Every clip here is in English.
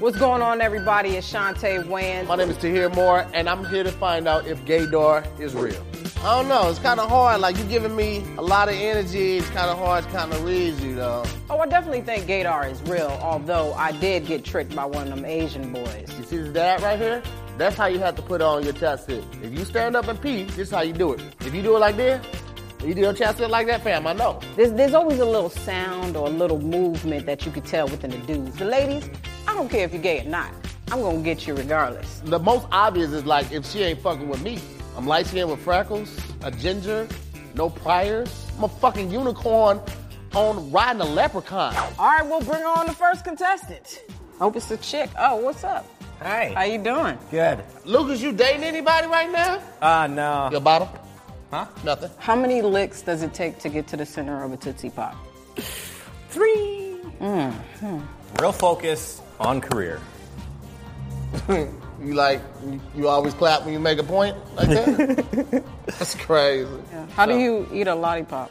What's going on, everybody? It's Shantae Wayne. My name is Tahir Moore, and I'm here to find out if gaydar is real. I don't know. It's kind of hard. Like, you're giving me a lot of energy. It's kind of hard to kind of read you, though. Oh, I definitely think gaydar is real, although I did get tricked by one of them Asian boys. You see that right here? That's how you have to put on your chapstick. If you stand up and pee, this is how you do it. If you do it like this, you do your chapstick like that, fam, I know. There's, there's always a little sound or a little movement that you could tell within the dudes. The ladies, I don't care if you're gay or not. I'm gonna get you regardless. The most obvious is like if she ain't fucking with me. I'm light skinned with freckles, a ginger, no priors. I'm a fucking unicorn on riding a leprechaun. All right, we'll bring on the first contestant. Hope it's a chick. Oh, what's up? Hey. How you doing? Good. Lucas, you dating anybody right now? Ah, no. Your bottom? Huh? Nothing. How many licks does it take to get to the center of a Tootsie Pop? Three. Mm-hmm. Real focus on career. You like, you- you always clap when you make a point like that? That's crazy. How do you eat a lollipop?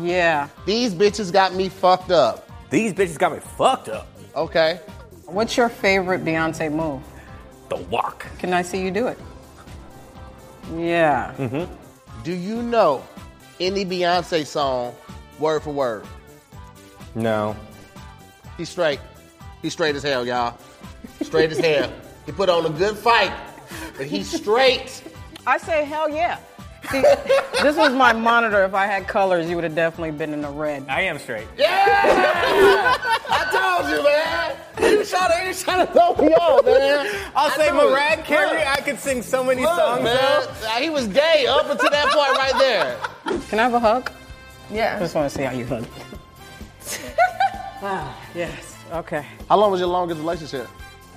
Yeah. These bitches got me fucked up. These bitches got me fucked up. Okay. What's your favorite Beyonce move? The walk. Can I see you do it? Yeah. Do you know any Beyonce song word for word? No. He's straight. He's straight as hell, y'all. Straight as hell. He put on a good fight, but he's straight. I say hell yeah. See, this was my monitor. If I had colors, you would have definitely been in the red. I am straight. Yeah! I told you, man. You trying to, you trying to throw me off, man. I'll I say knew it. Mariah Carey. Look, I could sing so many look, songs. man. He was gay up until that point right there. Can I have a hug? I Yeah. just want to see how you hug. ah, yes. Okay. How long was your longest relationship?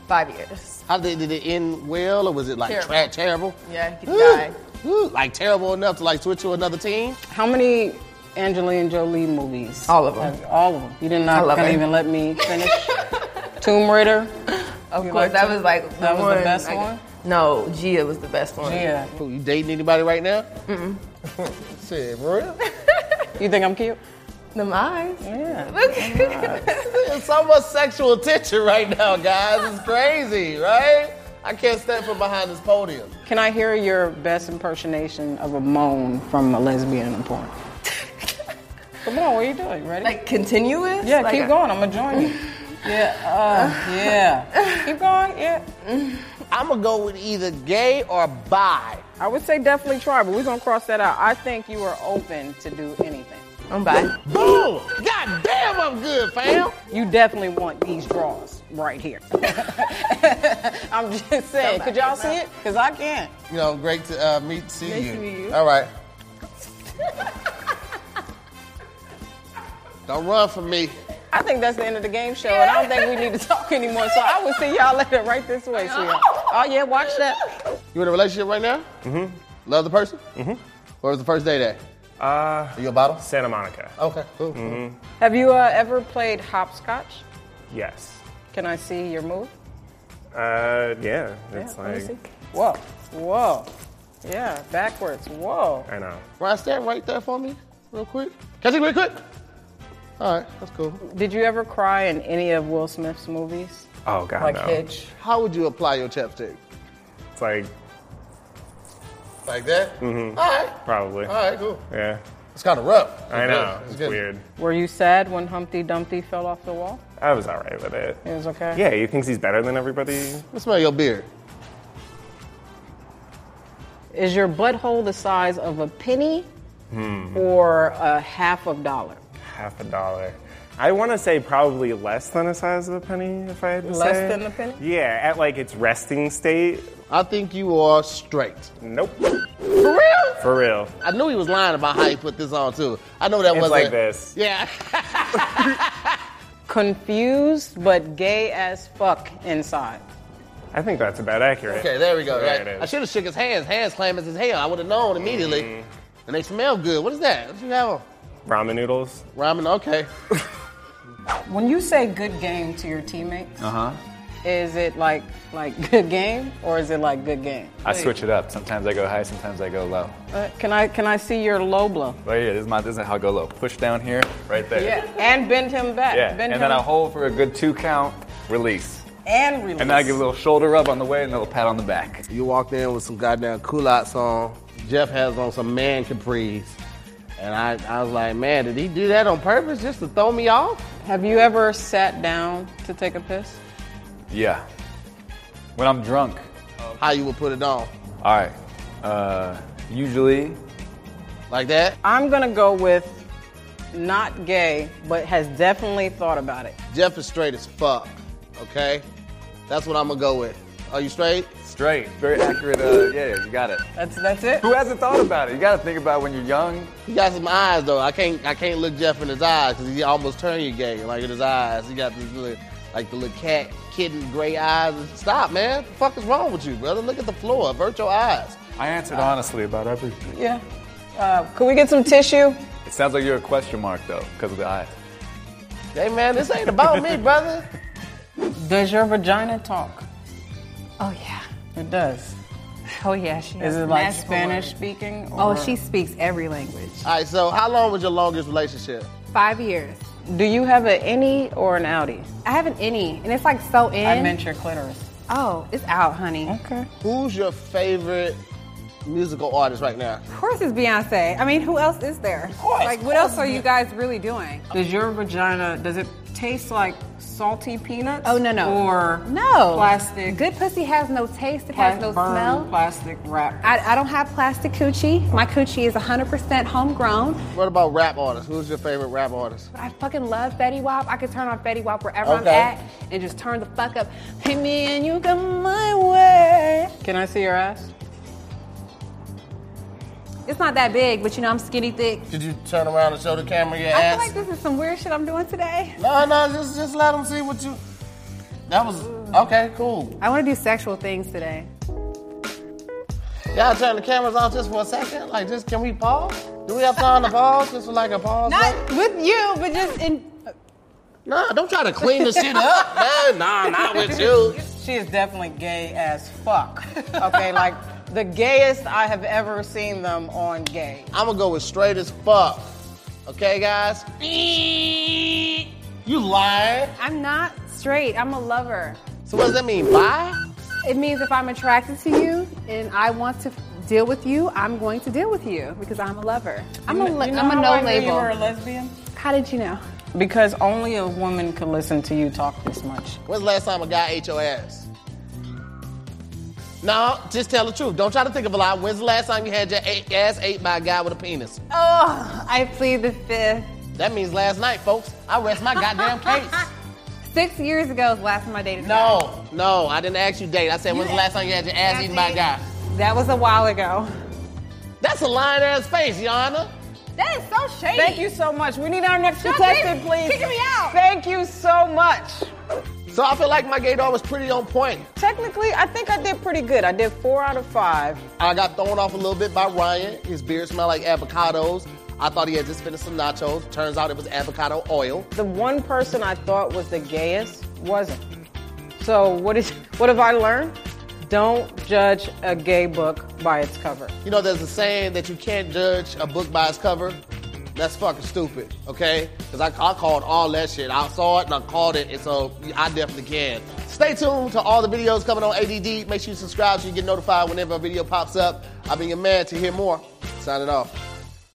Five years. How did, did it end well, or was it like Terrible. tra- terrible? Yeah, he Ooh, died. ooh, like terrible enough to like switch to another team? How many Angelina Jolie movies? All of 'em. Have- All of them. You did not I love couldn't it. even let me finish. Tomb Raider. Of You liked course, that him? was like the That was the one, best like- one? No, Gia was the best one. Yeah. Who, you dating anybody right now? Mm-mm. Said, for real? You think I'm cute? Them eyes. Yeah. Oh Look. There's so much sexual tension right now, guys. It's crazy, right? I can't stand from behind this podium. Can I hear your best impersonation of a moan from a lesbian in porn? Come on, what are you doing? Ready? like continuous. Yeah, Like, keep going. I'm gonna join you. Yeah, uh, yeah. Keep going. Yeah. I'm gonna go with either gay or bi. I would say definitely try, but we're gonna cross that out. I think you are open to do anything. I'm back. Boom! God damn, I'm good, fam. You definitely want these draws right here. I'm just saying. Could y'all see it? Cause I can't. You know, great to uh, meet, see Nice you. to meet you. All right. Don't run from me. I think that's the end of the game show, and I don't think we need to talk anymore. So I will see y'all later. Right this way, sweetheart. Oh yeah, watch that. You in a relationship right now? Mm-hmm. Love the person? Mm-hmm. Where was the first date at? Uh, Are you a bottle? Santa Monica. Okay, cool. Have you uh, ever played hopscotch? Yes. Can I see your move? Uh, yeah. It's let me see. like Whoa, whoa. Yeah, backwards. Whoa. I know. Ryan, stand right there for me, real quick. Catch it real quick. All right, that's cool. Did you ever cry in any of Will Smith's movies? Oh God, Like no. Hitch. How would you apply your chapstick? It's like Like that? Mm-hmm. All right. probably. All right, cool. Yeah. It's kind of rough. I know. It's It's good. weird. Were you sad when Humpty Dumpty fell off the wall? I was all right with it. It was okay. Yeah, he thinks he's better than everybody. Let's smell your beard. Is your butthole the size of a penny Hmm. or a half of dollar? Half a dollar. I want to say probably less than the size of a penny, if I had to say. Less than a penny? Yeah, at like its resting state. I think you are straight. Nope. For real? For real. I knew he was lying about how he put this on too. I know that It's wasn't like this. Yeah. Confused but gay as fuck inside. I think that's about accurate. Okay, there we go. There right. it is. I should have shook his hands. Hands clam as his hell. I would have known immediately. Mm-hmm. And they smell good. What is that? What you have on? Ramen noodles. Ramen. Okay. When you say good game to your teammates, Uh-huh. is it like like good game or is it like good game? I switch it up. Sometimes I go high, sometimes I go low. Uh, can I can I see your low blow? Right here, this is my this is how I go low. Push down here, right there. And bend him back. Yeah. Bend and him. then I hold for a good two count, release. And release. And then I give a little shoulder rub on the way and a little pat on the back. You walked in with some goddamn culottes on. Jeff has on some man capris. And I, I was like, man, did he do that on purpose just to throw me off? Have you ever sat down to take a piss? Yeah. When I'm drunk. How you would put it on? All right. Uh, usually, Like that? I'm gonna go with not gay, but has definitely thought about it. Jeff is straight as fuck, okay? That's what I'm gonna go with. Are you straight? straight. Very accurate. Uh, yeah, you got it. That's that's it. Who hasn't thought about it? You got to think about when you're young. He got some eyes though. I can't I can't look Jeff in his eyes because he almost turned you gay. Like in his eyes, he got this little like the little cat kitten gray eyes. Stop, man. The fuck is wrong with you, brother? Look at the floor. Avert your eyes. I answered honestly about everything. Yeah. Uh, could we get some tissue? It sounds like you're a question mark though, because of the eyes. Hey man, this ain't about me, brother. Does your vagina talk? Oh yeah. It does. Oh yeah. She Is has it like magical Spanish words. speaking? Oh, or- she speaks every language. Alright, so how long was your longest relationship? Five years. Do you have an innie or an outie? I haven't any, and it's like so in. I meant your clitoris. oh, it's out, honey. Okay. Who's your favorite musical artist right now? Of course, it's Beyonce. I mean, who else is there? Like, what else are you guys really doing? Does your vagina does it taste like salty peanuts? Oh no no. Or no plastic. Good pussy has no taste. It pla- has no burn smell. Plastic wrap. I, I don't have plastic coochie. My coochie is 100% homegrown. What about rap artists? Who's your favorite rap artist? I fucking love Fetty Wap. I can turn on Fetty Wap wherever I'm Okay. at and just turn the fuck up. Hit me and you come my way. Can I see your ass? It's not that big, but you know I'm skinny thick. Could you turn around and show the camera your I feel ass? like this is some weird shit I'm doing today. no, no, just just let them see what you. That was okay, cool. I want to do sexual things today. Y'all turn the cameras off just for a second. Like, just can we pause? Do we have time to pause? Just for like a pause? Not with you, but just in. No, don't try to clean the shit up. man. nah, not with you. She is definitely gay as fuck. Okay, like the gayest I have ever seen them on gay. I'm gonna go with straight as fuck. Okay, guys. You lying. I'm not straight. I'm a lover. So what does that mean? Bye. It means if I'm attracted to you and I want to f- deal with you, I'm going to deal with you because I'm a lover. I'm a, You am know a how no I knew label. You were a lesbian? How did you know? Because only a woman could listen to you talk this much. When's the last time a guy ate your ass? No, just tell the truth. Don't try to think of a lie. When's the last time you had your a- ass ate by a guy with a penis? Oh, I plead the fifth. That means last night, folks. I rest my goddamn case. Six years ago was the last time I dated. a guy. No, no, I didn't ask you date. I said, when's the last time you had your ass eaten by a guy? That was a while ago. That's a lying ass face, Yana. That is so shady. Thank you so much. We need our next Shut contestant, this- please. kicking me out. Thank you so much. So I feel like my gaydar was pretty on point. Technically, I think I did pretty good. I did four out of five. I got thrown off a little bit by Ryan. His beard smelled like avocados. I thought he had just finished some nachos. Turns out it was avocado oil. The one person I thought was the gayest wasn't. So what is what have I learned? Don't judge a gay book by its cover. You know, there's a saying that you can't judge a book by its cover. That's fucking stupid, okay? Because I, I called all that shit. I saw it and I called it, and so I definitely can. Stay tuned to all the videos coming on ADD. Make sure you subscribe so you get notified whenever a video pops up. I've been your man to hear more. Signing off.